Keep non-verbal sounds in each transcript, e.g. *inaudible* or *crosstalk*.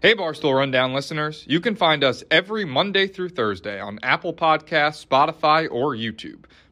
Hey, Barstool Rundown listeners. You can find us every Monday through Thursday on Apple Podcasts, Spotify, or YouTube.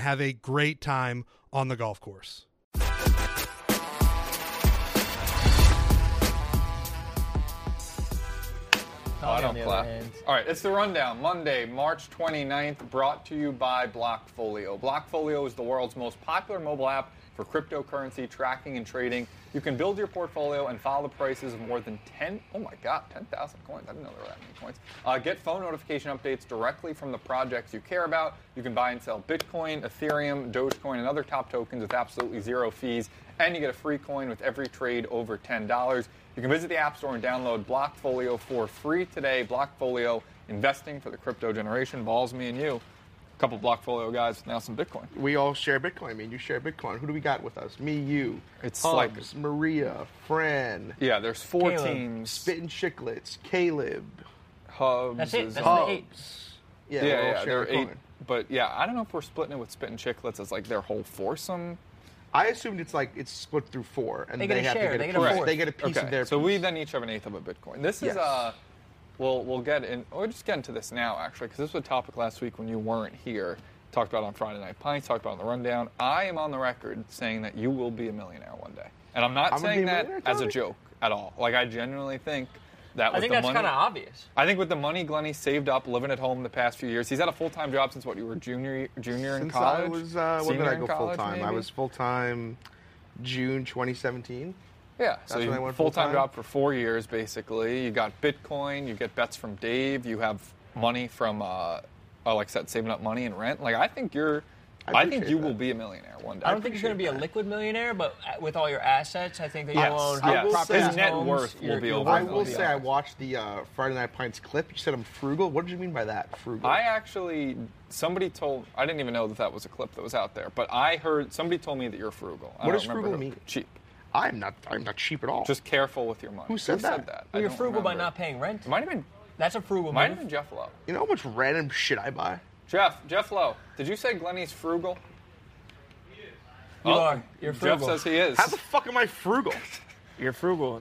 have a great time on the golf course. Oh, I on don't the other clap. hand. All right, it's the rundown. Monday, March 29th, brought to you by Blockfolio. Blockfolio is the world's most popular mobile app for cryptocurrency tracking and trading. You can build your portfolio and follow the prices of more than 10, oh my God, 10,000 coins. I didn't know there were that many coins. Uh, get phone notification updates directly from the projects you care about. You can buy and sell Bitcoin, Ethereum, Dogecoin, and other top tokens with absolutely zero fees. And you get a free coin with every trade over $10. You can visit the App Store and download Blockfolio for free today. Blockfolio, investing for the crypto generation, involves me and you. A couple Blockfolio guys, now some Bitcoin. We all share Bitcoin. I mean, you share Bitcoin. Who do we got with us? Me, you. It's Hubs, like- Maria, Fran, Yeah, there's four Caleb. teams. Spitting Chicklets, Caleb, Hubs. That's it. is- uh, That's the eight. Hubs. yeah, Yeah, we're all yeah, there are sharing eight. Bitcoin. But yeah, I don't know if we're splitting it with Spit and Chicklets as like their whole foursome. I assumed it's like it's split through four, and They they, get a have share, to they get get a a piece. fourth. They get a piece okay, of their. so we piece. then each have an eighth of a Bitcoin. This is Yes. uh, we'll we'll get in. We'll just get into this now actually, because this was a topic last week when you weren't here. Talked about on Friday Night Pints. Talked about on the rundown. I am on the record saying that you will be a millionaire one day, and I'm not I'm gonna be saying a that millionaire, as a Tommy? joke at all. Like I genuinely think that I with think the that's money. kind of obvious. I think with the money Glenny saved up, living at home the past few years, he's had a full time job since what you were junior junior in Since college. I was, uh, when did Senior I in go full college, time? I maybe? was full time June 2017. Yeah, so when you I went full time full-time. job for four years basically. You got Bitcoin, you get bets from Dave, you have money from, uh, oh, like I said, saving up money and rent. Like I think you're, I, I think appreciate you that. will be a millionaire one day. I don't think he's going to be a liquid millionaire, but uh, with all your assets, I think that you Yes, own yes. I will properties, say- His net homes, worth will your- be your over wealth I that will be say I honest. watched the uh, Friday Night Pints clip. You said I'm frugal. What did you mean by that? Frugal. I actually, somebody told, I didn't even know that that was a clip that was out there, but I heard somebody told me that you're frugal. I don't What does remember frugal who. mean? Cheap. I'm not. I'm not cheap at all. Just careful with your money. Who said that? I Well, you're don't frugal by remember. not paying rent. It might have been, That's a frugal might have move. been Jeff Lowe. you know how much random shit I buy. Jeff, Jeff Lowe, did you say Glenny's frugal? You Oh, are. You're frugal. Jeff says he is. How the fuck am I frugal? You're frugal.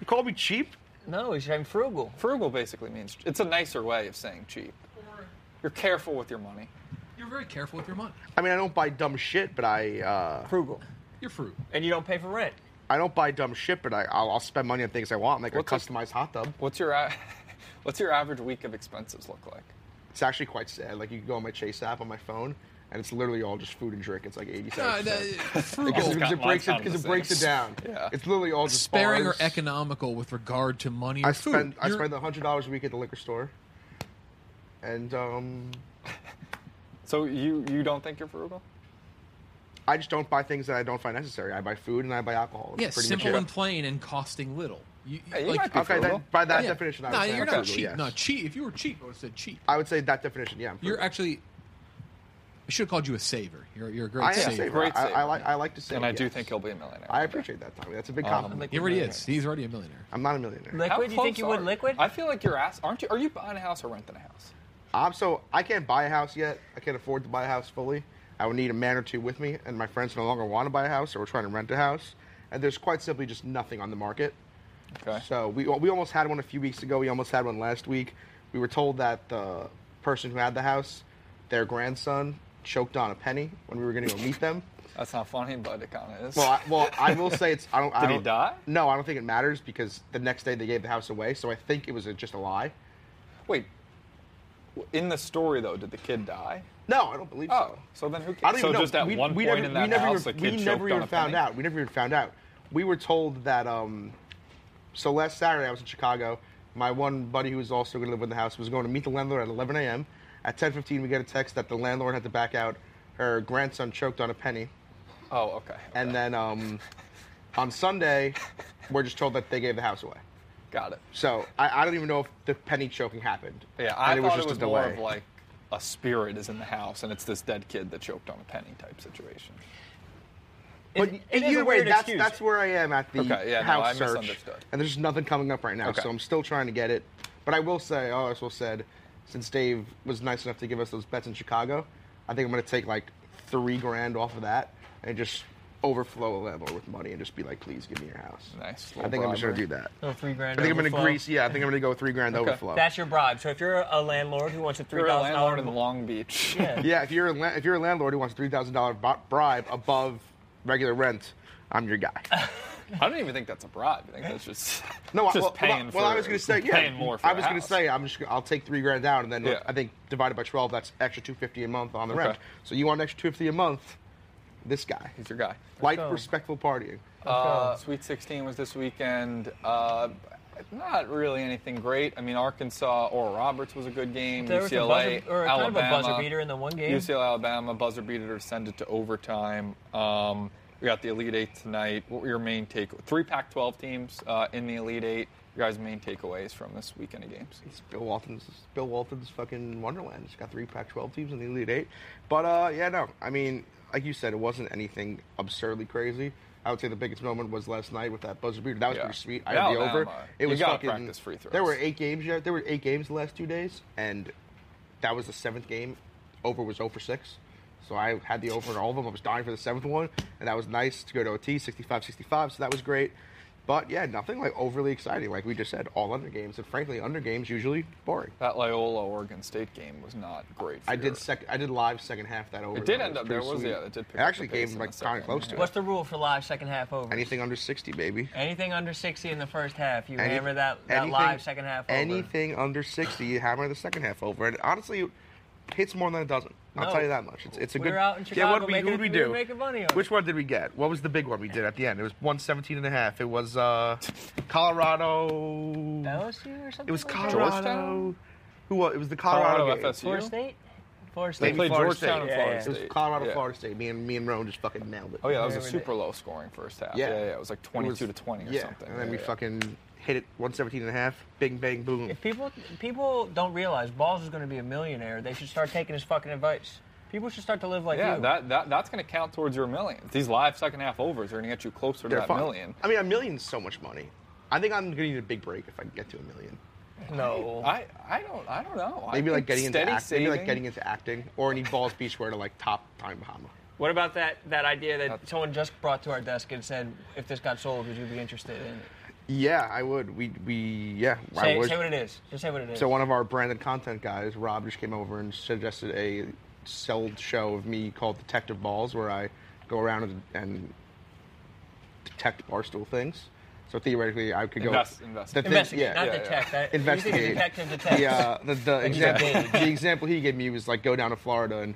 You call me cheap? No, he's saying frugal. Frugal basically means it's a nicer way of saying cheap. You're careful with your money. You're very careful with your money. I mean, I don't buy dumb shit, but I uh, Frugal. You're fruit. And you don't pay for rent. I don't buy dumb shit, but I I'll, I'll spend money on things I want, like What's a a- customized hot tub. What's your a- *laughs* what's your average week of expenses look like? It's actually quite sad. Like you can go on my Chase app on my phone, and it's literally all just food and drink. It's like No, eighty-seven. *laughs* no, cents. frugal, Because because it Got breaks mine it because on it the breaks it same. down. Yeah. It's literally all just sparing or bars. economical with regard to money or I food. spend I You're- spend hundred dollars a week at the liquor store, and um, So you you don't think you're frugal? I just don't buy things that I don't find necessary. I buy food and I buy alcohol. That's yeah, pretty simple much it. and plain and costing little. You, Yeah, you might like, be Okay, frugal. then by that Oh, yeah. definition, I would no, say you're I'm not frugal, cheap. yes. No, cheap. If you were cheap, I would have said cheap. I would say that definition. Yeah, I'm You're frugal. actually. I should have called you a saver. You're, you're a great I am saver. a saver. Great I, I saver. like I like to save. And I do yes. think he'll be a Um, millionaire. I appreciate that, Tommy. That's a big compliment. Liquid He already millionaire. is. He's already a millionaire. I'm not a millionaire. How Liquid? You think close you would are- liquid? I feel like you're ass. Aren't you? Are you buying a house or renting a house? I'm so I can't buy a house yet. I can't afford to buy a house fully. I would need a man or two with me, and my friends no longer want to buy a house, so we're trying to rent a house. And there's quite simply just nothing on the market. Okay. So we we almost had one a few weeks ago. We almost had one last week. We were told that the person who had the house, their grandson, choked on a penny when we were going to go meet them. That's not funny, but it kind of is. Well, I, well, I will say it's. I don't. I Did he don't, die? No, I don't think it matters because the next day they gave the house away, so I think it was a, just a lie. Wait. In the story though, did the kid die? No, I don't believe Oh, so. so then who? Cares? I don't so even know. just at we, one we point never, in that we never house, even, the kid we choked never on even a found penny? out. We never even found out. We were told that. Um, so last Saturday I was in Chicago. My one buddy who was also going to live in the house was going to meet the landlord at 11 a.m. At 10:15 we get a text that the landlord had to back out. Her grandson choked on a penny, Oh, okay. and then um, on Sunday we're just told that they gave the house away. Got it. So I, I don't even know if the penny choking happened. Yeah, I and thought it was more of like a spirit is in the house, and it's this dead kid that choked on a penny type situation. But It- it is either a way, weird that's excuse. that's where I am at the Okay, yeah, no, I house search, misunderstood. and there's nothing coming up right now, Okay. so I'm still trying to get it. But I will say, oh, as Will said, since Dave was nice enough to give us those bets in Chicago, I think I'm going to take like three grand off of that and just overflow a landlord with money and just be like, please give me your house. Nice. I think I'm just going to do that. So Oh, three grand. I think I'm going to overflow. grease. Yeah, I think I'm going to go three grand overflow. That's your bribe. So if you're a landlord who wants a three You're a thousand landlord in dollars, Long *laughs* Beach. yeah, if you're a, la- if you're a landlord who wants a three thousand dollar bribe above regular rent, I'm *laughs* your guy. *laughs* I don't even think that's a bribe. I think that's just No, I- *laughs* just well, paying well, for. well, I was going to say, *laughs* yeah, paying more for I a was going to house. say, I'm just, gonna- I'll take three grand down, and then Yeah. I think divided by twelve, that's extra two fifty a month on the Okay. rent. So you want an extra two fifty a month? This guy, he's your guy. like go. respectful partying. Uh, Sweet 16 was this weekend. Uh, not really anything great. I mean, Arkansas or Roberts was a good game. There was a UCLA, buzzer- or kind of Alabama, a buzzer beater in the one game. UCLA, Alabama, buzzer beater to send it to overtime. Um, we got the Elite Eight tonight. What were your main take? Three Pac-12 teams uh, in the Elite Eight. Your guys' main takeaways from this weekend of games? It's Bill Walton's Bill Walton's fucking Wonderland. It's got three Pac-12 teams in the Elite Eight. But uh, yeah, no, I mean, like you said, it wasn't anything absurdly crazy. I would say the biggest moment was last night with that buzzer beater. That was Yeah. oh, pretty sweet. I had the Alabama, over. It you was gotta fucking. practice free throws. There were eight games. Yeah, there were eight games the last two days, and that was the seventh game. Over was 0 for six. So I had the over in all of them. I was dying for the seventh one, and that was nice to go to OT 65-65. So that was great. But yeah, nothing like overly exciting. Like we just said, all under games, and frankly, under games usually boring. That Loyola Oregon Sec- State game was not great. For I your- did sec- I did live second half that over. It did though. end was up there, pretty was- sweet. yeah, it did pick It up actually the pace came in like the kind second, of close to yeah. it. what's the rule for live second half over? Anything under sixty, baby. Anything under sixty in the first half, you Any- hammer that, that anything- live second half over. Anything under 60, you hammer the second half over. And honestly, it hits more than it doesn't. I'll No. tell you that much. It's, it's a We good. were out in yeah, Chicago what we, making- who'd we we do? were making money on it. Which one did we get? What was the big one we did at the end? It was 117 and a half. It was uh, Colorado. LSU or something. It was like that? Colorado. Georgetown? Who was? It was the Colorado, Colorado game. FSU. Florida State. Florida They State. played Florida Georgetown and State. Florida Yeah, It State. was Colorado, Yeah. Florida State. Me and me and Roan just fucking nailed it. Oh yeah, that was a Where were super low scoring first half. Yeah, Yeah. yeah, it was like It 22 was- to 20 or yeah, something. And then Yeah, we yeah. fucking hit it 117 and a half. Bing, bang, boom. If people people don't realize Balls is going to be a millionaire, they should start taking his fucking advice. People should start to live like Yeah, you. that, that that's going to count towards your million. These live second half overs are going to get you closer to They're that fun. million. I mean, a million's so much money. I think I'm gonna need a big break if I get to a million. no. I, I don't I don't know. I Maybe think like getting into steady act, maybe like saving- getting into acting, or any balls be square to like top time Bahama. what about that that idea that someone just brought to our desk and said, if this got sold, would you be interested in it? Yeah, I would. We we yeah. I Say, would. say what it is. Just say what it is. So one of our branded content guys, Rob, just came over and suggested a sold show of me called Detective Balls, where I go around and, and detect barstool things. So theoretically, I could go Invest- invest- the thing- Investigate, yeah, not yeah, detect. That, investigate. You think a detective detects. The, uh, the, the example, engaged. the example he gave me was like go down to Florida and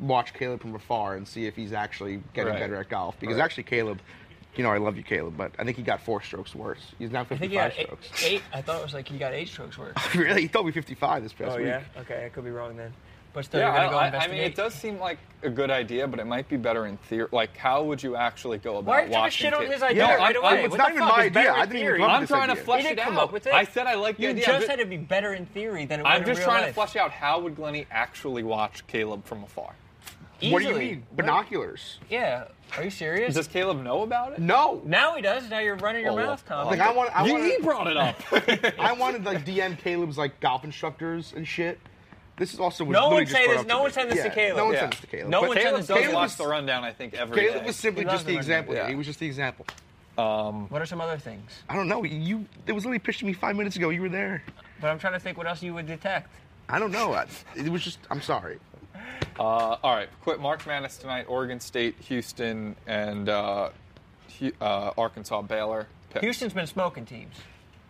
watch Caleb from afar and see if he's actually getting Right. better at golf. Because Right. actually, Caleb, you know, I love you, Caleb, but I think he got four strokes worse. He's now I 55 think he got eight, strokes. *laughs* eight. I thought it was like he got eight strokes worth. really? He told me 55 this past oh week. yeah. Okay, I could be wrong then. But still, Yeah, you're gonna go I, I- I investigate. mean it does seem like a good idea, but it might be better in theory. Like, how would you actually go about Why are you taking watching? shit on tape? his idea No, right I'm- away? I'm- it's What not the even fuck my is better idea. in I didn't even theory? come up I'm with this trying to idea. flesh You it didn't out. come up with it. I said I like the You idea. I'm just ju- said it'd be better in theory than it would I'm in just real trying to life. flesh out how would Glenny actually watch Caleb from afar. What do you Easily. mean? What- Binoculars? Yeah. Are you serious? Does Caleb know about it? No. now he does. Now you're running your Oh, mouth, well, Tom. Like I want, I You- want, he brought it up. I wanted like DM Caleb's like golf instructors and shit. This is also what No literally one just say brought this- up to no me. one said this to Yeah, Caleb. No one Yeah. said this to Caleb. No but one said Caleb this to does Caleb watch was- the rundown, I think, every day. Caleb was simply He loves just the the rundown. example. here. Yeah. He was just the example. What are some other things? I don't know. You it was literally pitched to me five minutes ago. You were there. But I'm trying to think what else you would detect. I don't know. I, it was just. I'm sorry. Uh, all right, quit Mark Madness tonight. Oregon State, Houston, and uh, Hu- uh, Arkansas Baylor. Pick. Houston's been smoking teams,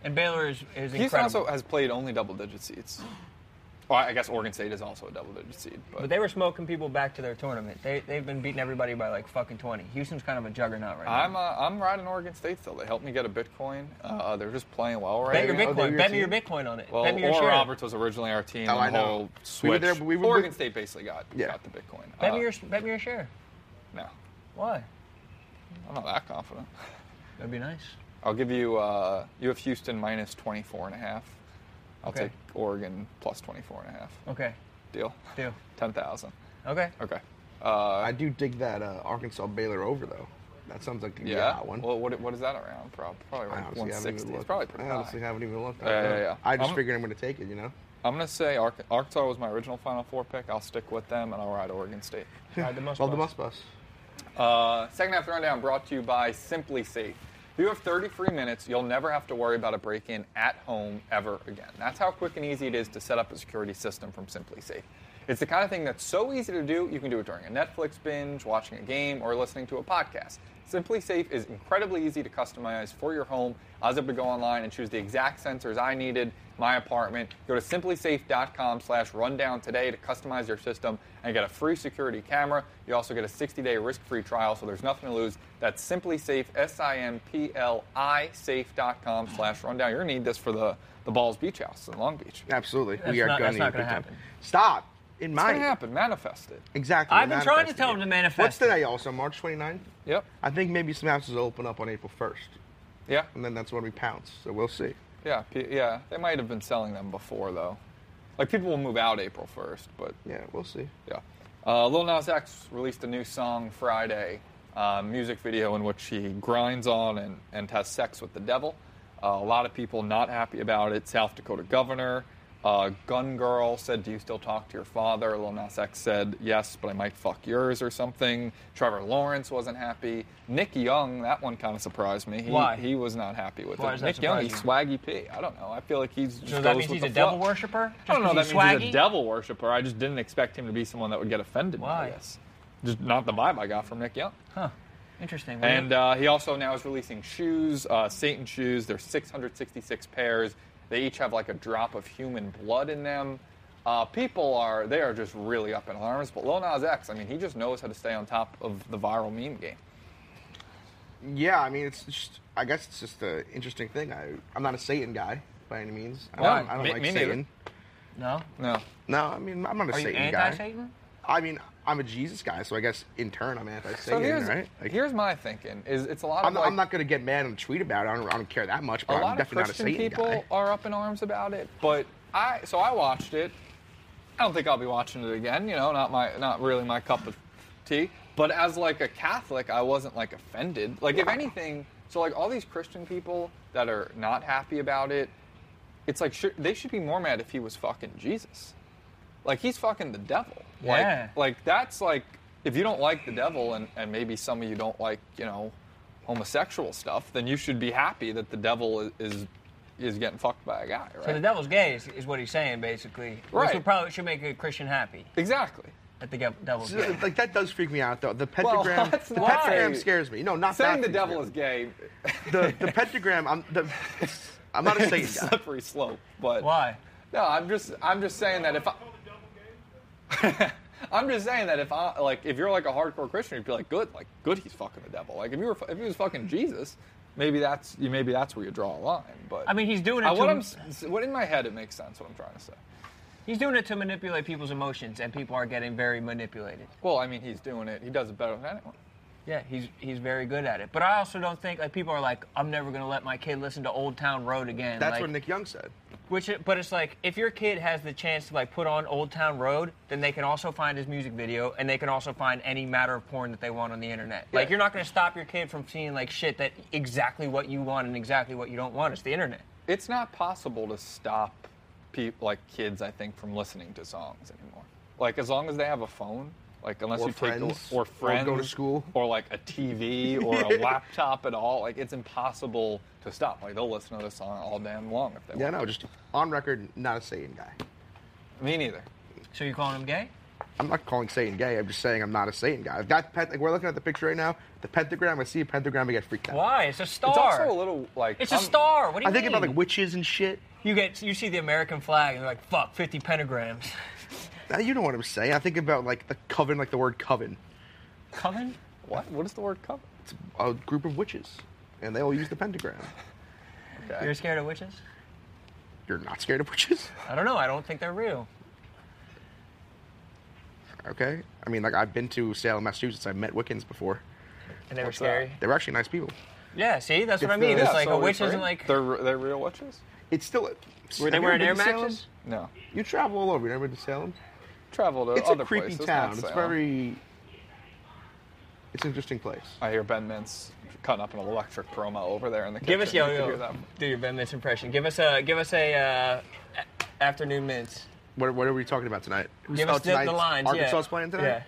and Baylor is is Houston incredible. also has played only double-digit seeds. Well, I guess Oregon State is also a double-digit seed, but, but they were smoking people back to their tournament. They, they've been beating everybody by like fucking 20. Houston's kind of a juggernaut right I'm now. uh, I'm riding Oregon State still. They helped me get a Bitcoin. Uh, they're just playing well right Bet your now. Oh, they're Bitcoin. your Bet me your team? Bitcoin on it. Well, bet me your Oral share. Roberts was originally our team. Oh, and I the know. whole We switch. were there, but we were- Oregon State basically got Yeah. got the Bitcoin. Bet Uh, me your bet me your share. no, Why? I'm not that confident. That'd be nice. I'll give you uh, UF Houston minus 24 and a half. I'll Okay. take Oregon plus 24 and a half. Okay. Deal? Deal. 10,000. Okay. Okay. Uh, I do dig that uh, Arkansas Baylor over though. That sounds like a yeah. yeah one. Well, what, what is that around? Prob- Probably I around honestly haven't 160. even It's looked. probably pretty I honestly high. haven't even looked. Yeah, yeah, yeah. I just I'm- figured I'm going to take it. You know. I'm going to say Ar- Arkansas was my original Final Four pick. I'll stick with them, and I'll ride Oregon State. Ride the must Love the bus. bus bus. Uh, second half rundown brought to you by Simply Safe. If you have 33 minutes, you'll never have to worry about a break in at home ever again. That's how quick and easy it is to set up a security system from Simply Safe. It's the kind of thing that's so easy to do, you can do it during a Netflix binge, watching a game, or listening to a podcast. Simply Safe is incredibly easy to customize for your home. I was able to go online and choose the exact sensors I needed, my apartment. Go to simplysafe.com slash rundown today to customize your system and get a free security camera. You also get a 60-day risk-free trial, so there's nothing to lose. That's simplysafe, S-I-M-P-L-I, safe.com slash rundown. You're going to need this for the, the Balls Beach House in Long Beach. It's Absolutely, That's we are not- going that's to not gonna happen. Stop. In my going to happen. Manifest it. exactly. I've been trying to manifesting tell him it. to manifest What's it. today? Also March 29th. Yep. I think maybe some houses will open up on April 1st, Yeah. and then that's when we pounce. So we'll see. Yeah. P- Yeah. They might have been selling them before, though. Like, people will move out April 1st, but Yeah, we'll see. Yeah. Uh, Lil Nas X released a new song Friday, uh, music video in which he grinds on and, and has sex with the devil. Uh, a lot of people not happy about it. South Dakota governor, uh, Gun Girl said, Do you still talk to your father? Lil Nas X said, Yes, but I might fuck yours or something. Trevor Lawrence wasn't happy. Nick Young, that one kind of surprised me. He, Why? He was not happy with Why it. does that Nick Young, he's surprise swaggy P. I don't know. I feel like he's just So goes that means with he's the a devil flow. worshiper? I don't know. That Just means 'cause he's a swaggy? devil worshiper. I just didn't expect him to be someone that would get offended by Why? this. Just not the vibe I got from Nick Young. Huh. Interesting. Well, And uh, he also now is releasing shoes, uh, Satan shoes. There's 666 pairs. They each have like a drop of human blood in them. Uh, people are they are just really up in arms. But Lil Nas X, I mean, he just knows how to stay on top of the viral meme game. Yeah, I mean, it's just. I guess it's just an interesting thing. I, I'm not a Satan guy by any means. I No, don't, I don't me- like me neither. Satan. no. No, No, I mean, I'm not a Are you Satan guy. anti-Satan? I mean, I'm a Jesus guy, so I guess in turn I'm so anti-Satan, here's right? Like, here's my thinking is it's a lot of I'm, not- like, I'm not going to get mad and tweet about it. I don't, I don't care that much, a but I'm lot of definitely Christian not a Satan people *laughs* guy. are up in arms about it, but I so I watched it. I don't think I'll be watching it again. You know, not my not really my cup of tea. But as like a Catholic, I wasn't like offended. Like if anything, so like all these Christian people that are not happy about it, it's like should, they should be more mad if he was fucking Jesus. Like he's fucking the devil. Yeah. Like like that's like if you don't like the devil and, and maybe some of you don't like, you know, homosexual stuff, then you should be happy that the devil is is, is getting fucked by a guy, right? So the devil's gay is, is what he's saying, basically. Right. Which would probably should make a Christian happy exactly. that the ge- devil's So, *laughs* gay. like that does freak me out, though. The Well, pentagram, *laughs* that's the not- pentagram Why? scares me. No, not Saying that the freaks devil me is gay *laughs* out. the the pentagram. I'm the, I'm not a is a Satan guy. slippery slope, but Why? No, I'm just I'm just saying that if I *laughs* I'm just saying that if I like if you're like a hardcore Christian, you'd be like, good, like good, he's fucking the devil. Like if you were if he was fucking Jesus, maybe that's you maybe that's where you draw a line. But I mean, he's doing it I, what to- I'm s- s- what in my head it makes sense what I'm trying to say. He's doing it to manipulate people's emotions, and people are getting very manipulated. Well, I mean, he's doing it. He does it better than anyone. Yeah, he's he's very good at it. But I also don't think like people are like, I'm never gonna let my kid listen to Old Town Road again. That's like, what Nick Young said. Which, but it's like if your kid has the chance to like put on Old Town Road, then they can also find his music video, and they can also find any matter of porn that they want on the internet. Like Yeah. you're not going to stop your kid from seeing like shit that exactly what you want and exactly what you don't want. It's the internet. It's not possible to stop people like kids, I think, from listening to songs anymore. Like as long as they have a phone, like unless Or you take friends, the, or or friends go to school. or like a TV or *laughs* a laptop at all, like it's impossible to stop. Like they'll listen to the song all damn long if they Yeah, want. no, just on record, not a Satan guy. Me neither. So you're calling him gay? I'm not calling Satan gay. I'm just saying I'm not a Satan guy. I've got pent- like we're looking at the picture right now. The pentagram. I see a pentagram. I get freaked out. Why? It's a star. It's also a little like It's a I'm- star. What do you I think mean? about like witches and shit. you get you see the American flag and you're like, fuck, 50 pentagrams. Now, you know what I'm saying. I think about like the coven, like the word coven. Coming? What? What is the word cover? It's a group of witches, and they all use the pentagram. Okay. You're scared of witches? You're not scared of witches, I don't know. I don't think they're real. okay? I mean, like I've been to Salem, Massachusetts. I met Wiccans before. And they were What's that? scary. They were actually nice people. Yeah, see, that's what I If mean. the- It's Yeah, like so a witch right? isn't like. They're, they're real witches? It's still. Were Have they you wearing ever Air been to Salem? Maxes? No. You travel all over. You never been to Salem? Travel to It's other a creepy places, not town. It's Salem. very. It's an interesting place. I hear Ben Mintz cutting up an electric promo over there in the kitchen. Give us You yo can hear yo. that. Do your Ben Mintz impression. Give us a give us a uh, a- afternoon mints. What, what are we talking about tonight? Who's- Give oh, us the, the tonight's lines. yeah. Arkansas's playing tonight. Yeah.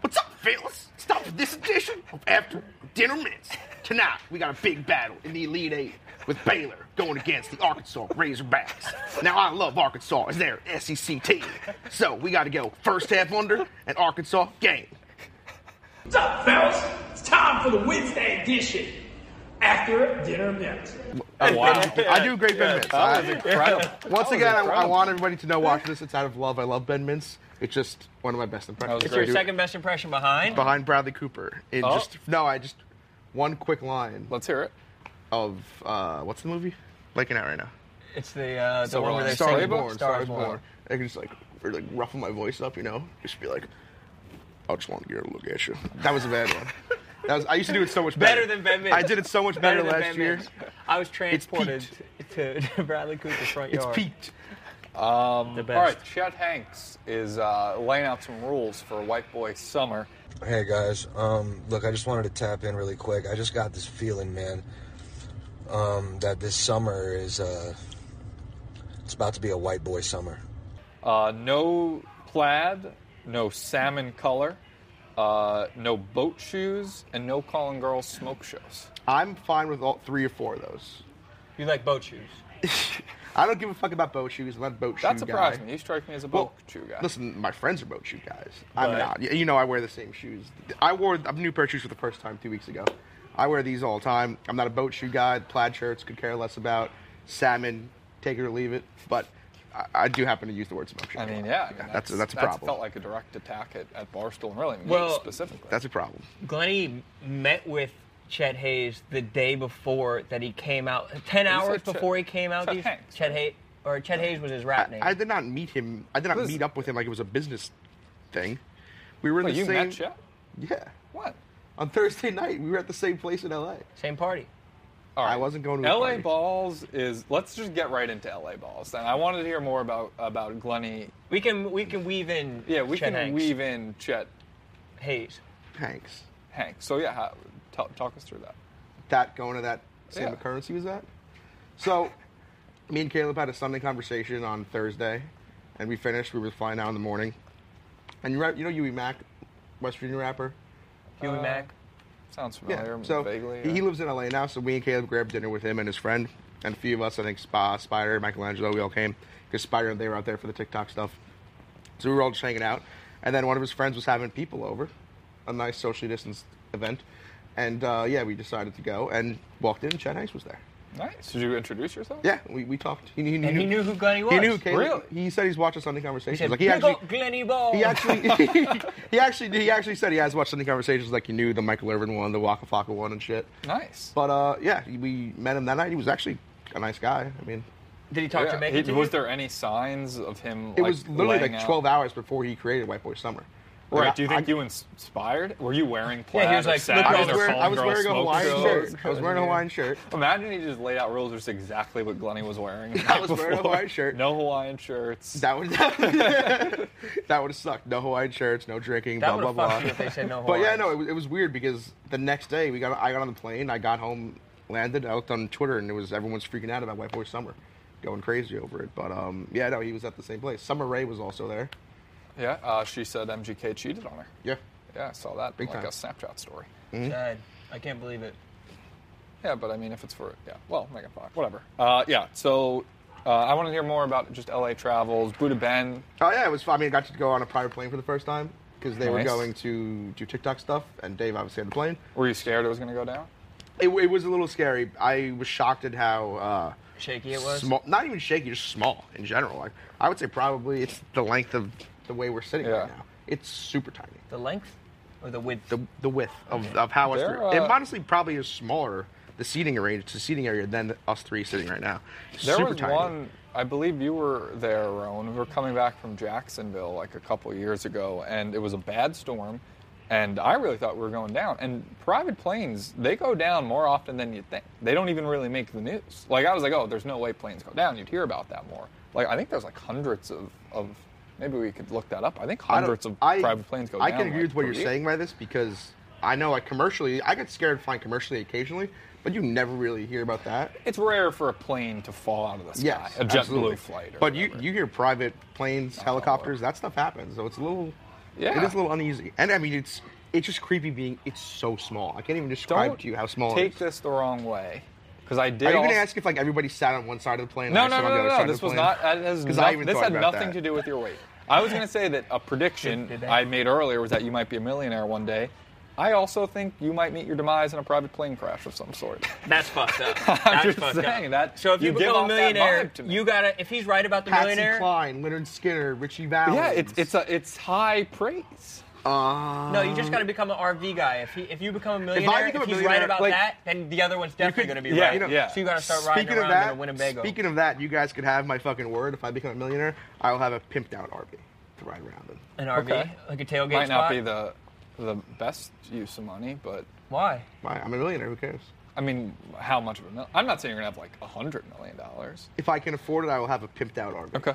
What's up, fellas? Stop for this edition of After Dinner Minutes. Tonight, we got a big battle in the Elite Eight with Baylor going against the Arkansas Razorbacks. Now, I love Arkansas as their SEC team. So, we got to go first half under and Arkansas game. What's up, fellas? It's time for the Wednesday edition after dinner minutes. I do great Ben Mintz. *laughs* I- Incredible. once That was again, I, I incredible. want everybody to know watch this. It's out of love. I love Ben Mintz. It's just one of my best impressions. That was It's great. your second best impression behind. Behind Bradley Cooper. In Oh. just No, I just. One quick line Let's hear it. of. Uh, what's the movie? Blanking out right now. It's the uh, the So one we're where on they Star sing Wars about Born, Star Is Born. I could just like, or, like ruffle my voice up, you know, just be like, I just want to get a look at you. That was a bad one. That was, I used to do it so much better. Better than Ben Mintz. I did it so much better, than last Ben year. Mintz. I was transported to, to Bradley Cooper's front It's yard. peaked. The best. All right, Chet Hanks is uh, laying out some rules for White Boy Summer. Hey guys, um, look, I just wanted to tap in really quick. I just got this feeling, man, um, that this summer is uh, it's about to be a white boy summer. Uh, no plaid, no salmon color, uh, no boat shoes, and no calling girls smoke shows. I'm fine with all three or four of those. You like boat shoes? I don't give a fuck about boat shoes. I'm not a boat shoe That surprised guy. me. You strike me as a boat Well, shoe guy. Listen, my friends are boat shoe guys. I'm But- not. Y- You know, I wear the same shoes. I wore a new pair of shoes for the first time two weeks ago. I wear these all the time. I'm not a boat shoe guy. Plaid shirts could care less about. Salmon, take it or leave it. But I, I do happen to use the word smoke shoe. I mean, yeah, I mean, that's, a, that's a problem. felt like a direct attack at, at Barstool, and really me Well, specifically. that's a problem. Glenny met with Chet Hayes the day before that he came out. Ten hours Chet- before he came out, Chet these, Hanks, Chet Hayes or Chet Hayes was his rap I, name. I did not meet him. I did not Listen. meet up with him like it was a business thing. We were in Wait, the you same. met Chet? Yeah. What? On Thursday night, we were at the same place in LA. Same party. All I wasn't going to a LA party. Balls is. Let's just get right into LA Balls. And I wanted to hear more about about Glenny. We can we can weave in. Yeah, we Chet can Hanks. weave in Chet Hayes. Hanks. Hanks. So yeah, how, ta- talk us through that. that going to that same Yeah. occurrence he was at. So, me and Caleb had a Sunday conversation on Thursday, and we finished. We were flying out in the morning, and you, re- you know Huey Mack, West Virginia rapper. Huey Uh, Mack. Sounds familiar, So Oh, vaguely. he- yeah. he lives in LA now. So we and Caleb grabbed dinner with him and his friend, and a few of us. I think Spa, Spider, Michelangelo. We all came because Spider and they were out there for the TikTok stuff. So we were all just hanging out, and then one of his friends was having people over, a nice socially distanced event, and uh, yeah, we decided to go and walked in. and Chad Hanks was there. nice. Did you introduce yourself? Yeah, we, we talked. He, he, And he knew who Glenny was. He knew who Caleb. Really? He said he's watched Sunday Conversations. He said, like he "Big actually, up Glenny Ball. *laughs* he actually, *laughs* he actually, he actually said he has watched Sunday Conversations. Like he knew the Michael Irvin one, the Waka Flocka one, and shit. Nice. But uh, yeah, we met him that night. He was actually a nice guy. I mean, Did he talk Yeah, Jamaican he- to you? was there any signs of him? it like, was literally laying like out- 12 hours before he created White Boy Summer. Like, Right. I- Do you think I- you inspired? Were you wearing plaid? Yeah, he was or like, satin look I at all or was their wearing, I calling was girls wearing a smoke Hawaiian shows? shirt. I was wearing a Hawaiian shirt. Imagine he just laid out rules. It's exactly what Glenny was wearing. *laughs* I was wearing *laughs* a Hawaiian shirt. No Hawaiian shirts. That would *laughs* that would have sucked. No Hawaiian shirts, no drinking, that blah would blah have blah. fucked you if they *laughs* said no. But yeah, no, Hawaiians. it was, it was weird because the next day we got I got on the plane, I got home, landed, I looked on Twitter, and it was everyone's freaking out about White Boy Summer, going crazy over it. But um, yeah, no, he was at the same place. Summer Ray was also there. Yeah. Uh, she said MGK cheated on her. Yeah, Yeah, I saw that. Big like time. a Snapchat story. Sad. I can't believe it. Yeah, but I mean, if it's for yeah, well, Megan Fox, whatever. Uh, yeah. So uh, I want to hear more about just LA travels. Buddha Ben. oh yeah, it was. fun. I mean, I got to go on a private plane for the first time because they were Nice. going to do TikTok stuff, and Dave obviously had the plane. Were you scared it was going to go down? It, it was a little scary. I was shocked at how. Uh, Shaky it was. Small, not even shaky, just small in general. Like I would say, probably it's the length of the way we're sitting right Yeah. now. It's super tiny. The length or the width? the, the width of, of how us They're, three. it uh, honestly probably is smaller the seating arrange the seating area than us three sitting right now. There Super was tiny. one. I believe you were there, Roan. We were coming back from Jacksonville like a couple years ago, and it was a bad storm, And I really thought we were going down. And private planes, they go down more often than you'd think. They don't even really make the news. Like I was like, oh, there's no way planes go down. You'd hear about that more. Like I think there's like hundreds of, of maybe we could look that up. I think I don't- hundreds of I- private planes go I down. can agree like, with what per you're year. saying by this because I know, like, commercially, I get scared flying commercially occasionally, but you never really hear about that. It's rare for a plane to fall out of the sky. Yes, a JetBlue absolutely. flight. Or But you, whatever. you hear private planes, helicopters, that stuff happens. So it's a little, Yeah. it is a little uneasy. And I mean, it's it's just creepy being. It's so small. I can't even describe don't to you how small. take it is. this the wrong way. Because I did. Are you going also- to ask if like everybody sat on one side of the plane? and No, I no, sat no, on the no, other no. side of This the was plane? not. That has 'Cause noth- I even this thought had about nothing to that. do with your weight. I was going to say that a prediction Did- did they? I made earlier was that you might be a millionaire one day. I also think you might meet your demise in a private plane crash of some *laughs* sort. That's fucked up. *laughs* That's just fucked saying up. that So if you, you give become a off that millionaire, vibe to me. you gotta. If he's right about the Patsy millionaire, Cline, Leonard Skinner, Richie Valens. yeah, it's it's a, it's high praise. Uh, no, you just gotta become an RV guy. If he, if you become a millionaire, if, become a he's right millionaire, about like- that, then the other one's definitely could- gonna be yeah, right. you know, yeah. So you gotta start riding Speaking of around in a that, Winnebago. speaking of that, you guys could have my fucking word. If I become a millionaire, I will have a pimped out RV to ride around in. an RV, Okay. like a tailgate Might not spot. be the the best use of money, but Why? My, I'm a millionaire. Who cares? I mean, how much of a mil- I'm not saying you're gonna have like a hundred million dollars. If I can afford it, I will have a pimped out RV. Okay.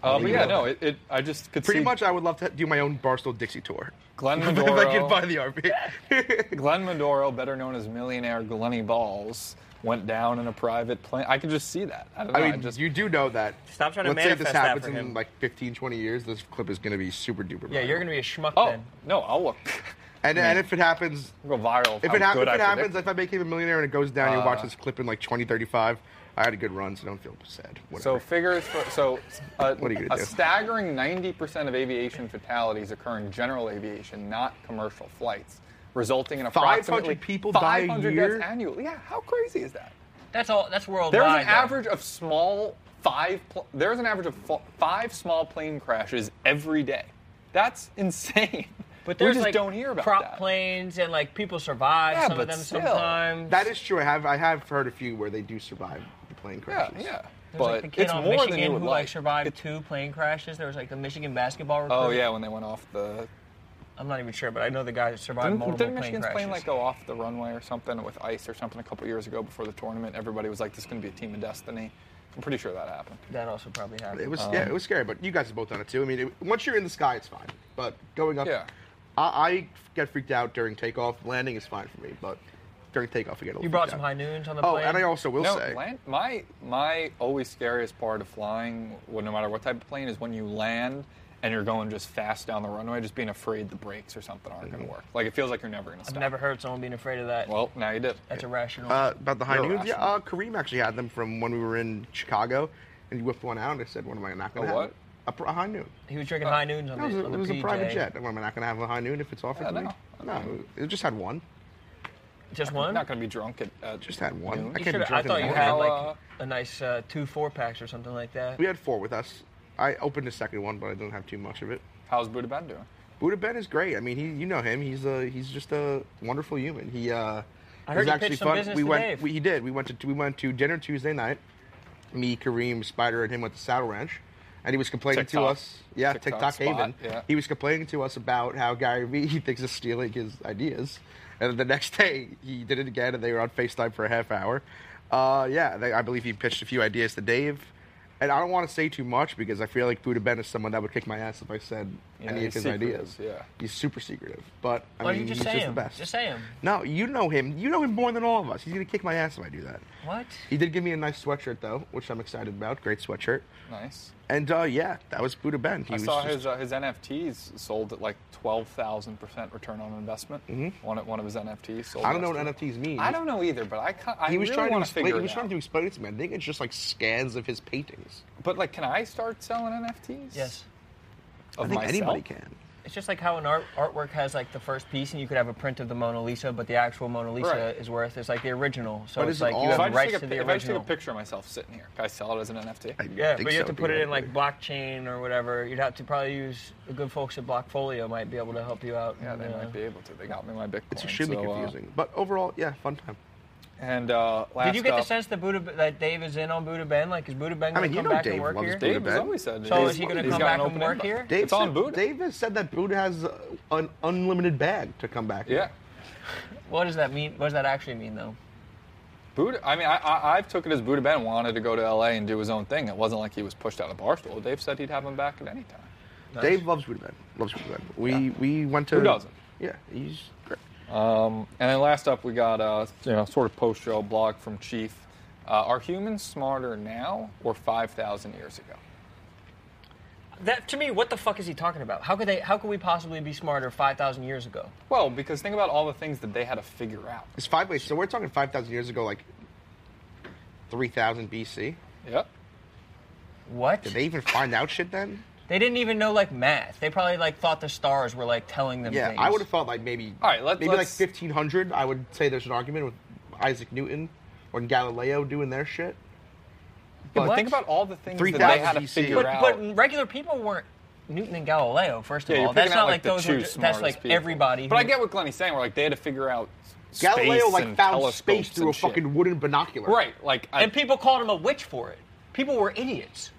Uh, but you yeah, know no, it, it. I just could Pretty see much, I would love to do my own Barstool Dixie tour. *laughs* Glenn if I Medoro. could buy the *laughs* RV. Glenn Medoro, better known as millionaire Glenny Balls, went down in a private plane. I could just see that. I don't know. I mean, just, you do know that. Stop trying to let's say this manifest that happens for him. in like 15, 20 years. This clip is going to be super duper. Yeah, you're viral. gonna be a schmuck oh then. no, I'll look. *laughs* And, and if it happens, I'll go viral. if how it, hap- good Uh. if I it happens, uh, predict. if I became a millionaire and it goes down, you watch this clip in like 20, 35. I had a good run, so don't feel sad. so Whatever. figures for so uh, What are you gonna a do? staggering 90% of aviation fatalities occur in general aviation, not commercial flights, resulting in 500 approximately people die a 500 year? deaths annually. Yeah, how crazy is that? That's all. That's worldwide. There's an though. average of small five. Pl- there's an average of fo- five small plane crashes every day. That's *laughs* insane. But we there's just like don't hear about prop that. planes and like people survive. Yeah, some of but them still. sometimes. that is true. I have I have heard a few where they do survive the plane Yeah, crashes. yeah. There's, But like the kid it's on more Michigan than you would who like. like survived two plane crashes. There was like the Michigan basketball recruit. Oh yeah, when they went off the I'm not even sure, but I know the guy that survived didn't, multiple didn't plane Michigan's crashes. plane like go off the runway or something with ice or something a couple years ago before the tournament. Everybody was like, "This is going to be a team of destiny." I'm pretty sure that happened. that also probably happened. It was Um, yeah, it was scary, but you guys have both done it too. I mean, it, once you're in the sky, it's fine. But going up, Yeah. I, I get freaked out during takeoff. Landing is fine for me, but during takeoff, I get a little. you brought freaked some out. high noons on the Oh, plane. and I also will No, say, land, my my always scariest part of flying, well, no matter what type of plane, is when you land and you're going just fast down the runway, just being afraid the brakes or something aren't Mm-hmm. going to work. Like it feels like you're never going to I've stop. never heard someone being afraid of that. Well, now you did. that's irrational. uh, about the high You're noons, yeah, rational. uh, Kareem actually had them from when we were in Chicago, and he whipped one out. and I said, "What am I not A going to have? what? A, pr- a high noon." he was uh, drinking high noons on That was the a, on it the was a PJ. private jet. Am I not going to have a high noon if it's offered Yeah, to me? no. No, it just had one. Just I'm one. not going to be drunk at. at Just had one. noon. I can't You be should've- I drunk in thought the you morning. had How, like uh, a nice uh, two four packs or something like that. We had four with us. I opened the second one, but I didn't have too much of it. How's Buddha Ben doing? Buddha Ben is great. I mean, he you know him. He's a he's just a wonderful human. He uh, I he's heard he actually pitched some fun. business we to went. Dave. We, he did. We went to we went to dinner Tuesday night. Me, Kareem, Spider, and him went to Saddle Ranch, and he was complaining TikTok. to us. Yeah, TikTok TikTok, spot, Haven. yeah. He was complaining to us about how Gary Vee *laughs* he thinks is stealing his ideas, and then the next day he did it again, and they were on Facetime for a half hour. Uh, yeah, they, I believe he pitched a few ideas to Dave. And I don't want to say too much because I feel like Buddha Ben is someone that would kick my ass if I said Yeah, any of he's his secretive, ideas. yeah. He's super secretive, but I Why don't mean, you just he's say just him? the best. Just say him. No, you know him. You know him more than all of us. He's gonna kick my ass if I do that. What? He did give me a nice sweatshirt though, which I'm excited about. Great sweatshirt. Nice. And uh, yeah, that was Buddha Ben. He I was saw just- his uh, his NFTs sold at like twelve thousand percent return on investment. Mm-hmm. One of- one of his NFTs sold. I don't know what last week. NFTs mean. I don't know either, but I ca- I He was really trying to want explain. figure He was it trying out. to explain it to me. I think it's just like scans of his paintings. But like, can I start selling NFTs? Yes. Of I think myself? anybody can. It's just like how an art, artwork has like the first piece, and you could have a print of the Mona Lisa, but the actual Mona Lisa Right. is worth it's like the original. So But it's is it like all- you If If I have just rights take to a, the pi- if original. I just take a picture of myself sitting here, can I sell it as an NFT? I Yeah, think but you have so, to put it in like theoretically. blockchain or whatever. You'd have to probably use the good folks at Blockfolio might be able to help you out. yeah, and, they uh, might be able to. They got me my Bitcoin. It's extremely so, uh, confusing, but overall, yeah, fun time. And uh, last Did you get up, the sense that Buddha that Dave is in on Buddha Ben? Like, is Buddha Ben I mean, going to you come know back Dave and work loves here? Buddha. Dave Ben. has always said So he's- is he going to he's come got back an and open work invite. here? Dave It's on said- Buddha. Dave has said that Buddha has an unlimited bag to come back. Yeah. What does that mean? What does that actually mean, though? Buddha, I mean, I, I, I took it as Buddha Ben wanted to go to LA and do his own thing. It wasn't like he was pushed out of Barstool. Dave said he'd have him back at any time. Dave loves Buddha Ben. Loves Buddha Ben. We we went to. Who doesn't? Yeah, he's great. And then last up, we got a you know sort of post show blog from Chief. Uh, are humans smarter now or 5,000 years ago? That to me, what the fuck is he talking about? How could they? How could we possibly be smarter five thousand years ago? Well, because think about all the things that they had to figure out. It's five ways. So we're talking five thousand years ago, like three thousand BC. Yep. What? Did they even find out shit then? They didn't even know like math. They probably like thought the stars were like telling them Yeah, things. I would have thought like maybe. All right, let- maybe let's- like fifteen hundred. I would say there's an argument with Isaac Newton or Galileo doing their shit. Yeah, but What? think about all the things that 3,000 they had to BC. figure But, out. but regular people weren't Newton and Galileo. First of Yeah, you're all, that's picking not out, like, the those. Were two just, that's smartest like people. everybody. But I who- get what Glenny's saying. Where like they had to figure out s- Galileo space like and found telescopes space through a and shit. fucking wooden binocular. Right, like I, and people called him a witch for it. People were idiots.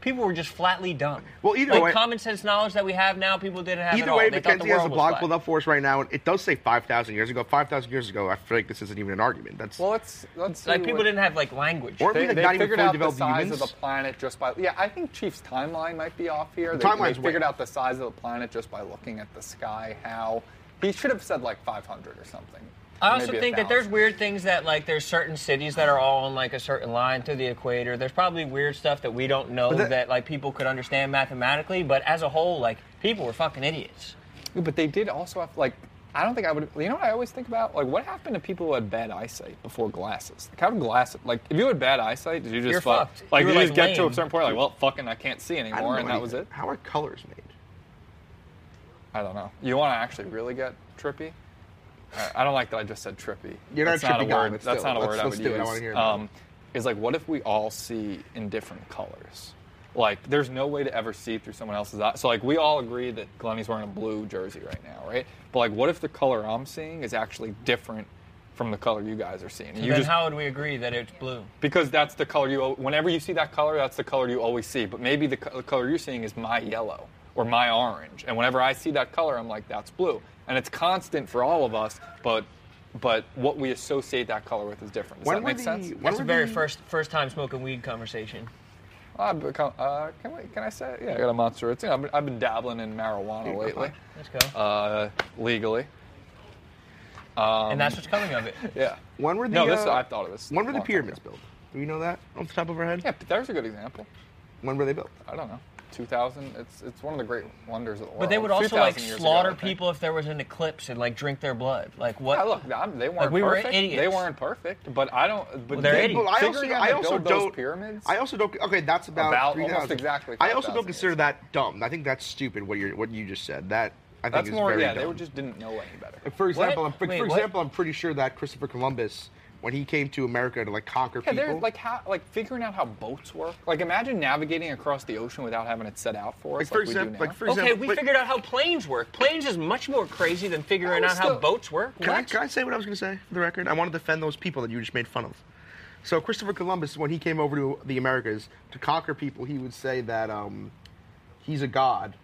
People were just flatly dumb. Well, either like way- common sense knowledge that we have now, people didn't have. at Either all. way, they thought Mackenzie the has a world was blog flat. pulled up for us right now, and it does say five thousand years ago. Five thousand years ago, I feel like this isn't even an argument. That's well, let's let's see Like people what- didn't have like language. Or- They, Like, they not even figured fully out the developed size humans? of the planet just by yeah. I think Chief's timeline might be off here. They, they timeline's way figured off. out the size of the planet just by looking at the sky. How he should have said like 500 or something. I also Maybe a think that there's thousand. weird things that like there's certain cities that are all on like a certain line through the equator. There's probably weird stuff that we don't know that- that, like people could understand mathematically, but as a whole, like people were fucking idiots. Yeah, But they did also have like I don't think I would. You know what I always think about? Like what happened to people who had bad eyesight before glasses? Like how did glasses? Like if you had bad eyesight, did you just You're fuck- fucked. Like You you, were, just like, get to a lame. certain point, like well, fucking, I can't see I don't anymore, know and that any- was it. How are colors made? I don't know. You want to actually really get trippy? I- I don't like that I just said trippy. You're not That's a not a trippy guy, word. but That's still, not a let's- word I let's would do it. I use. wanna hear it. um, is like, what if we all see in different colors? Like, there's no way to ever see through someone else's eye. So, like, we all agree that Glenny's wearing a blue jersey right now, right? But like, what if the color I'm seeing is actually different from the color you guys are seeing? you then just how would we agree that it's blue? because that's the color you. al- Whenever you see that color, that's the color you always see. But maybe the, co- the color you're seeing is my yellow or my orange, and whenever I see that color, I'm like, that's blue, and it's constant for all of us. But but what we associate that color with is different. Does When that were make the- sense? when That's the were very the- first first time smoking weed conversation. Uh, but co- uh, can, we, can I say? it? Yeah, I got a monster. It's, you know, I've, been, I've been dabbling in marijuana lately, Let's go. uh, legally. and Um, that's what's coming *laughs* of it. Yeah. When were the No, this uh, I thought of this. When were a the long time pyramids ago. built? Do you know that off the top of our head? Yeah, but there's a good example. When were they built? I don't know. 2000. It's it's one of the great wonders of the world. But they would also like 2,000 years ago, slaughter I think. people if there was an eclipse and like drink their blood. Like what? Yeah, look, I'm, they weren't we were perfect. idiots. They weren't perfect, but I don't. But Well, they're they, idiots. but Well, I also, figuring out I to also build don't. those pyramids. I also don't. Okay, that's about, About 3,000. almost exactly I also 5,000 don't years. consider that dumb. I think that's stupid. What you what you just said. That I think that's is more. very Yeah, dumb. they were just didn't know any better. Like, For example, I'm, What? for, Wait, for what? example, I'm pretty sure that Christopher Columbus, when he came to America to like conquer Yeah, they're people, like how, like figuring out how boats work. Like imagine navigating across the ocean without having it set out for us, like, Like, for we example, do now. Oh, like for Okay, example, we but- figured out how planes work. Planes is much more crazy than figuring I out was how still- boats work. Can I, What? can I say what I was going to say for the record? I want to defend those people that you just made fun of. So Christopher Columbus, when he came over to the Americas to conquer people, he would say that um, he's a god,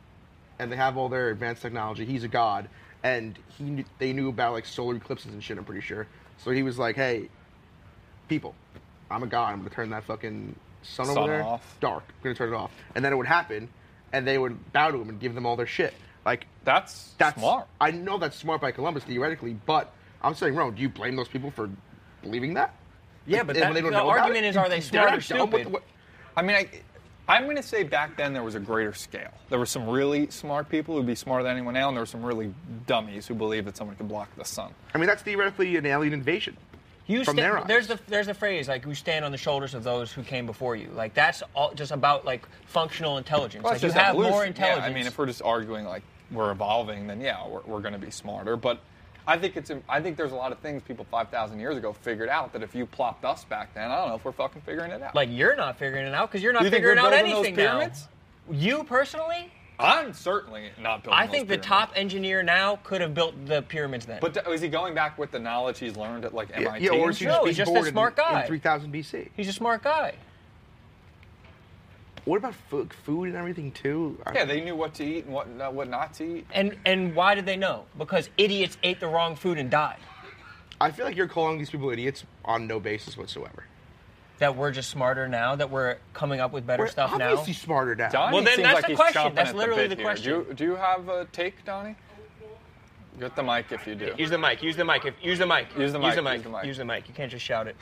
and they have all their advanced technology. He's a god, and he kn- they knew about like solar eclipses and shit. I'm pretty sure. So he was like, "Hey, people, I'm a god. I'm going to turn that fucking sun, Sun over there off. dark. I'm going to turn it off." And then it would happen, and they would bow to him and give them all their shit. Like that's that's smart. I know that's smart by Columbus theoretically, but I'm saying, Rome, do you blame those people for believing that? Yeah, Like, but and that- when they don't the know about argument it, is, are they they're smart or not dumb. What the- stupid? what- I mean, I, I'm going to say back then there was a greater scale. There were some really smart people who'd be smarter than anyone now, and there were some really dummies who believed that someone could block the sun. I mean, that's theoretically an alien invasion. You From sta- their eyes. there's the there's the phrase like you stand on the shoulders of those who came before you. Like that's all just about like functional intelligence. Well, like it's you just have more evolution. intelligence. Yeah, I mean, if we're just arguing like we're evolving, then yeah, we're, we're going to be smarter. But I think it's I think there's a lot of things people 5,000 years ago figured out that if you plopped us back then, I don't know if we're fucking figuring it out. like you're not figuring it out because you're not You think figuring we're out building those anything now. pyramids? You personally, I'm certainly not building. I those think the pyramids. top engineer now could have built the pyramids then. But is he going back with the knowledge he's learned at like MIT? Yeah, or is he No, just being he's just a bored in- smart guy. in 3000 BC? he's a smart guy. What about food, food and everything too? I- Yeah, they knew what to eat and what not, what not to eat. And and why did they know? Because idiots ate the wrong food and died. I feel like you're calling these people idiots on no basis whatsoever. That we're just smarter now. That we're coming up with better We're stuff now. obviously smarter now. Donnie Well, then seems that's like the he's question. chomping That's at bit literally the here. question. Do you, do you have a take, Donnie? Get the mic if you do. Use the mic. Use the mic. If, use the mic. Use the Use mic, the mic. use the mic. Use the mic. You can't just shout it.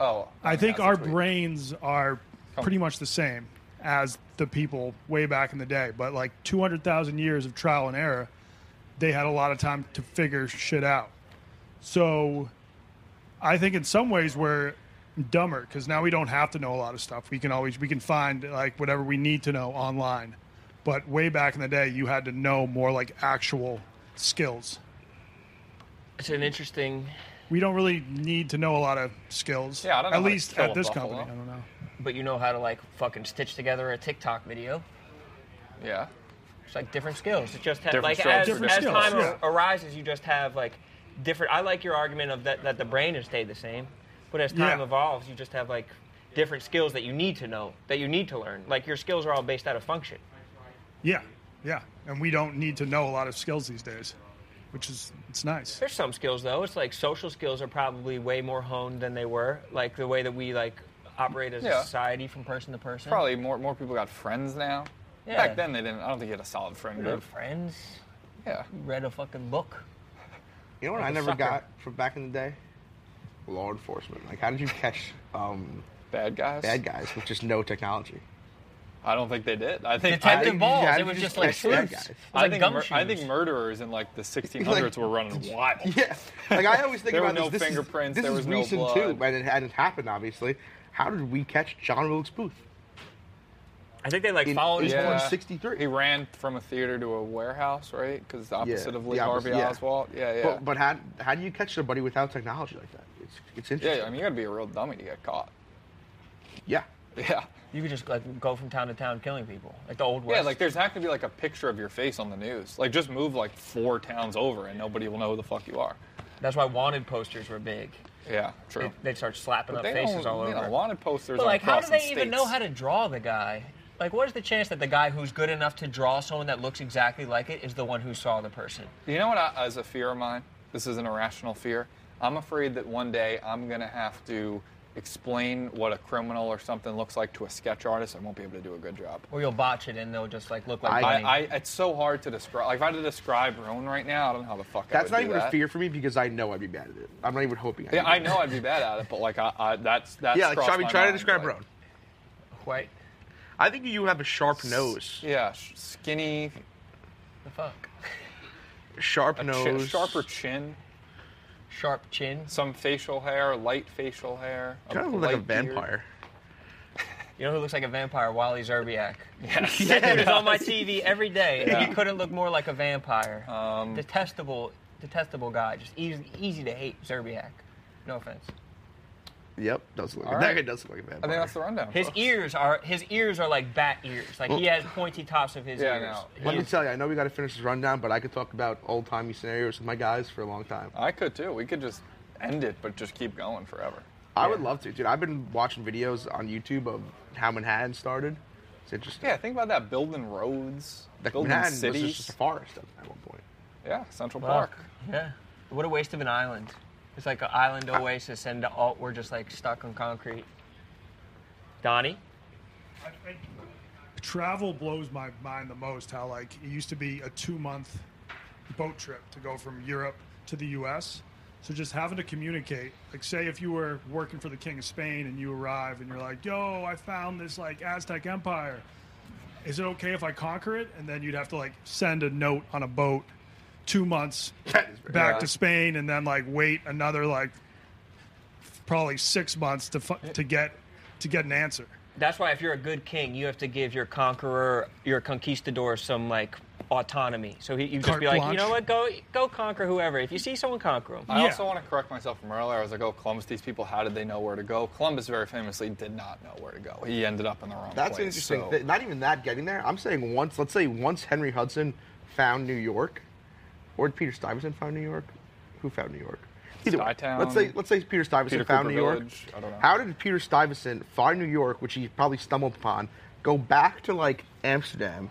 Oh, I think that's a our tweet. brains are pretty much the same as the people way back in the day, but like 200,000 years of trial and error, they had a lot of time to figure shit out. So I think in some ways we're dumber because now we don't have to know a lot of stuff. We can always we can find like whatever we need to know online. But way back in the day, you had to know more like actual skills. It's an interesting. We don't really need to know a lot of skills. Yeah, I don't know At how to least kill a at this buffalo. company, I don't know. But you know how to like fucking stitch together a TikTok video. Yeah. It's like different skills. It just have Different like strokes as, for as different time strokes, ar- arises, you just have like different. I like your argument of that that the brain has stayed the same, but as time Yeah. evolves, you just have like different skills that you need to know that you need to learn. Like your skills are all based out of function. Yeah, yeah. And we don't need to know a lot of skills these days, which is it's nice. There's some skills though. It's like social skills are probably way more honed than they were. Like the way that we like operate as Yeah. a society from person to person. Probably more more people got friends now. Yeah. Back then they didn't. I don't think you had a solid friend Good group. friends. Yeah. Read a fucking book. You know what I a never sucker. got from back in the day? Law enforcement. Like, how did you catch um, Bad guys. bad guys with just no technology? I don't think they did. I think I Detective think- balls. yeah, it was just just like catch that sleuths. guy. It was I like think mur- I think gumshoes. murderers in *laughs* like the 1600s were running wild. Yeah. Like, I always think There were about this. no this is- fingerprints, this there is was no recent, blood. too, and it hadn't happened, obviously. How did we catch John Wilkes Booth? I think they like In- followed his Yeah. horse. 63. He ran from a theater to a warehouse, right? Because opposite of the Lee opposite- Harvey yeah. Oswald. Yeah, yeah. But, but how, how do you catch somebody without technology like that? It's, it's interesting. yeah, I mean, you got to be a real dummy to get caught. *laughs* yeah. Yeah. You could just like go from town to town killing people, like the old west. Yeah, like there's not going to be like a picture of your face on the news. Like just move like four towns over and nobody will know who the fuck you are. that's why wanted posters were big. Yeah, true. They, they'd start slapping But up faces all you know, over. wanted posters. but on like, how do they crossing even know states. how to draw the guy? Like, what is the chance that the guy who's good enough to draw someone that looks exactly like it is the one who saw the person? You know what I, is a fear of mine? This is an irrational fear. I'm afraid that one day I'm going to have to explain what a criminal or something looks like to a sketch artist. I won't be able to do a good job. Or you'll botch it and they'll just like look like I- bunny. I, I it's so hard to describe. Like if I had to describe Roan right now, I don't know how the fuck. I That's would not do even that. a fear for me because I know I'd be bad at it. I'm not even hoping. I'd Yeah, be bad I at know it. I'd be bad at it, but like I, I that's that's. Yeah, like crossed Shabby, my try to mind, describe like- Roan. White. I think you have a sharp nose. Yeah, sh- skinny, The fuck. Sharp chi- nose. sharper chin, Sharp chin. some facial hair, light facial hair. Kind of look like *laughs* a vampire. You know who looks like a vampire? Wally Zerbiak. *laughs* Yes. that dude is on my TV every day. And he couldn't look more like a vampire. detestable, detestable guy. Just easy, easy to hate. Zerbiak. No offense. Yep, does look. All That right. guy does look like a vampire. I think that's the rundown. His folks. ears are his ears are like bat ears. Like he has pointy tops of his Yeah, I ears. know. He Let me is- tell you, I know we got to finish this rundown, but I could talk about old timey scenarios with my guys for a long time. I could too. We could just end it, but just keep going forever. I would love to, dude. I've been watching videos on YouTube of how Manhattan started. It's interesting. Yeah, think about that. Building roads, Like, building Manhattan cities. was just a forest at, at one point. yeah, Central Wow. Park. Yeah. What a waste of an island. It's like an island oasis, and the alt we're just like stuck on concrete. Donnie. Travel blows my mind the most. How like it used to be a two month boat trip to go from Europe to the U.S. So just having to communicate, like say if you were working for the King of Spain and you arrive and you're like, "Yo, I found this like Aztec Empire. Is it okay if I conquer it?" And then you'd have to like send a note on a boat two months back to Spain and then like wait another like probably six months to fu- to get to get an answer. That's why if you're a good king, you have to give your conqueror, your conquistador, some like autonomy. So he, you'd just Carte be like, blanche. you know what, go go conquer whoever. If you see someone, conquer them. I Yeah. also want to correct myself from earlier. I was like, oh, Columbus, these people, how did they know where to go? Columbus very famously did not know where to go. He ended up in the wrong That's place. interesting. so- Th- Not even that getting there. I'm saying once, let's say once Henry Hudson found New York, or did Peter Stuyvesant found New York? Who found New York? Either way, Stuytown. let's say let's say Peter Stuyvesant Peter found Cooper New York. Village. I don't know. How did Peter Stuyvesant find New York, which he probably stumbled upon, go back to like Amsterdam,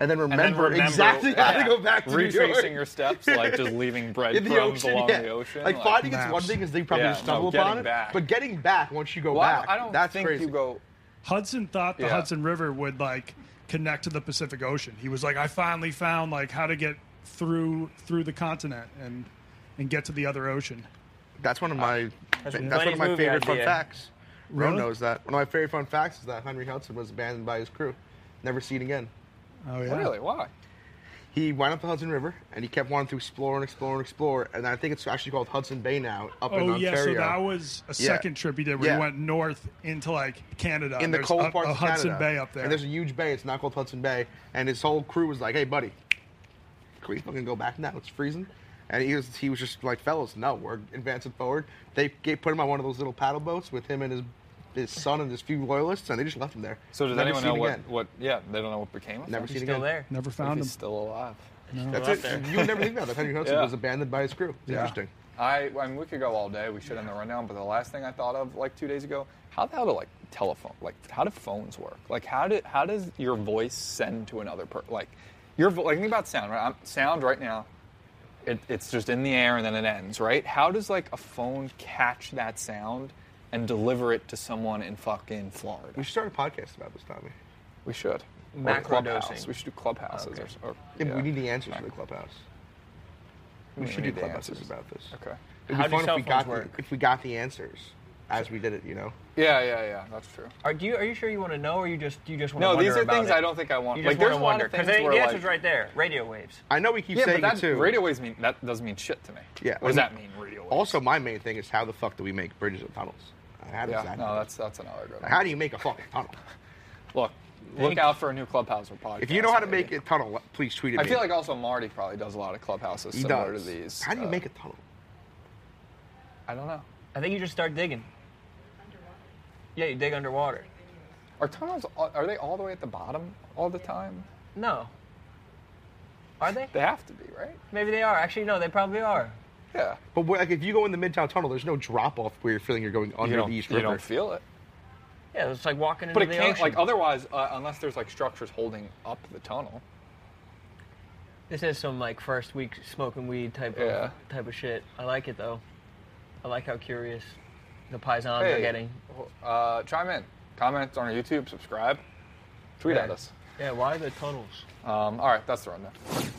and then remember, And then remember- exactly how to yeah. go back to New York? Retracing your steps, like just leaving *laughs* in the breadcrumbs ocean, along yeah. the ocean. Like, finding it's one Maps. thing is they probably Yeah, just no, stumble getting upon it, back. but getting back once you go Well, I back, don't- I don't that's think crazy. you go. Hudson thought the Yeah. Hudson River would like connect to the Pacific Ocean. He was like, I finally found like how to get through through the continent and and get to the other ocean. That's one of my that's, one of Lenny's my movie favorite fun idea. facts. Ron Really? knows that. One of my favorite fun facts is that Henry Hudson was abandoned by his crew, never seen again. Oh yeah. Really? Why? He went up the Hudson River and he kept wanting to explore and explore and explore. And I think it's actually called Hudson Bay now, up in Oh Ontario. yeah, so that was a Yeah. second trip he did where Yeah. he went north into like Canada. in the Uh, There's cold a, parts a of Hudson Canada. Bay up there. And there's a huge bay. It's not called Hudson Bay. And his whole crew was like, "Hey, buddy, can we fucking go back now? It's freezing." And he was he was just like, "Fellas, no, we're advancing forward." They gave, put him on one of those little paddle boats with him and his his son and his few loyalists, and they just left him there. So does Never anyone seen know what, again. what? Yeah, they don't know what became of Never him. seen Still again. there. Never If found him. he's still alive. That's it. You would never think about *laughs* that. Henry Hudson Yeah. was abandoned by his crew. It's interesting. I, I mean, we could go all day. We should end the rundown. But the last thing I thought of like two days ago, how the hell do like telephone, like how do phones work? Like how do how does your voice send to another person? Like your vo- like think about sound, right? I'm, sound right now, it, it's just in the air and then it ends, right? How does like a phone catch that sound and deliver it to someone in fucking Florida? We should start a podcast about this, Tommy. We should. Or Macro clubhouse. dosing. We should do clubhouses Okay. or, s- or Yeah, but We yeah. need the answers for the clubhouse. We, We should need the do clubhouses answers. about this. Okay. It'd How be do fun if cell we phones got work? the, if we got the answers as we did it. You know. Yeah, yeah, yeah. That's true. Are do you are you sure you want to know, or you just you just want to No, wonder these are about things it? I don't think I want. You like just there's want a to lot wonder of things because the where like, answer's right there. Radio waves. I know we keep Yeah, saying but that it too. radio waves mean that doesn't mean shit to me. Yeah, What does I that mean, mean- radio waves? Also, my main thing is how the fuck do we make bridges and tunnels? How does yeah, that no, happen? that's that's another good. How One. do you make a fucking tunnel? Look, look out for a new clubhouse or podcast. If you know how to maybe. make a tunnel, please tweet it. I feel like also Marty probably does a lot of clubhouses he similar does. to these. How do you uh, make a tunnel? I don't know. I think you just start digging. Yeah, you dig underwater. Are tunnels all- are they all the way at the bottom all the time? No. Are they? They have to be, right? Maybe they are. Actually, no, they probably are. Yeah. But where, like, if you go in the Midtown Tunnel, there's no drop off where you're feeling you're going You under don't, the East you River. don't feel it. Yeah, it's like walking into But it the can't ocean. like otherwise uh, unless there's like structures holding up the tunnel. This is some like first week smoking weed type of Yeah. type of shit. I like it though. I like how curious the paisans are Hey, getting. Uh, chime in, comment on our YouTube, subscribe, tweet Yeah. at us. Yeah, why the tunnels? Um, all right, that's the rundown.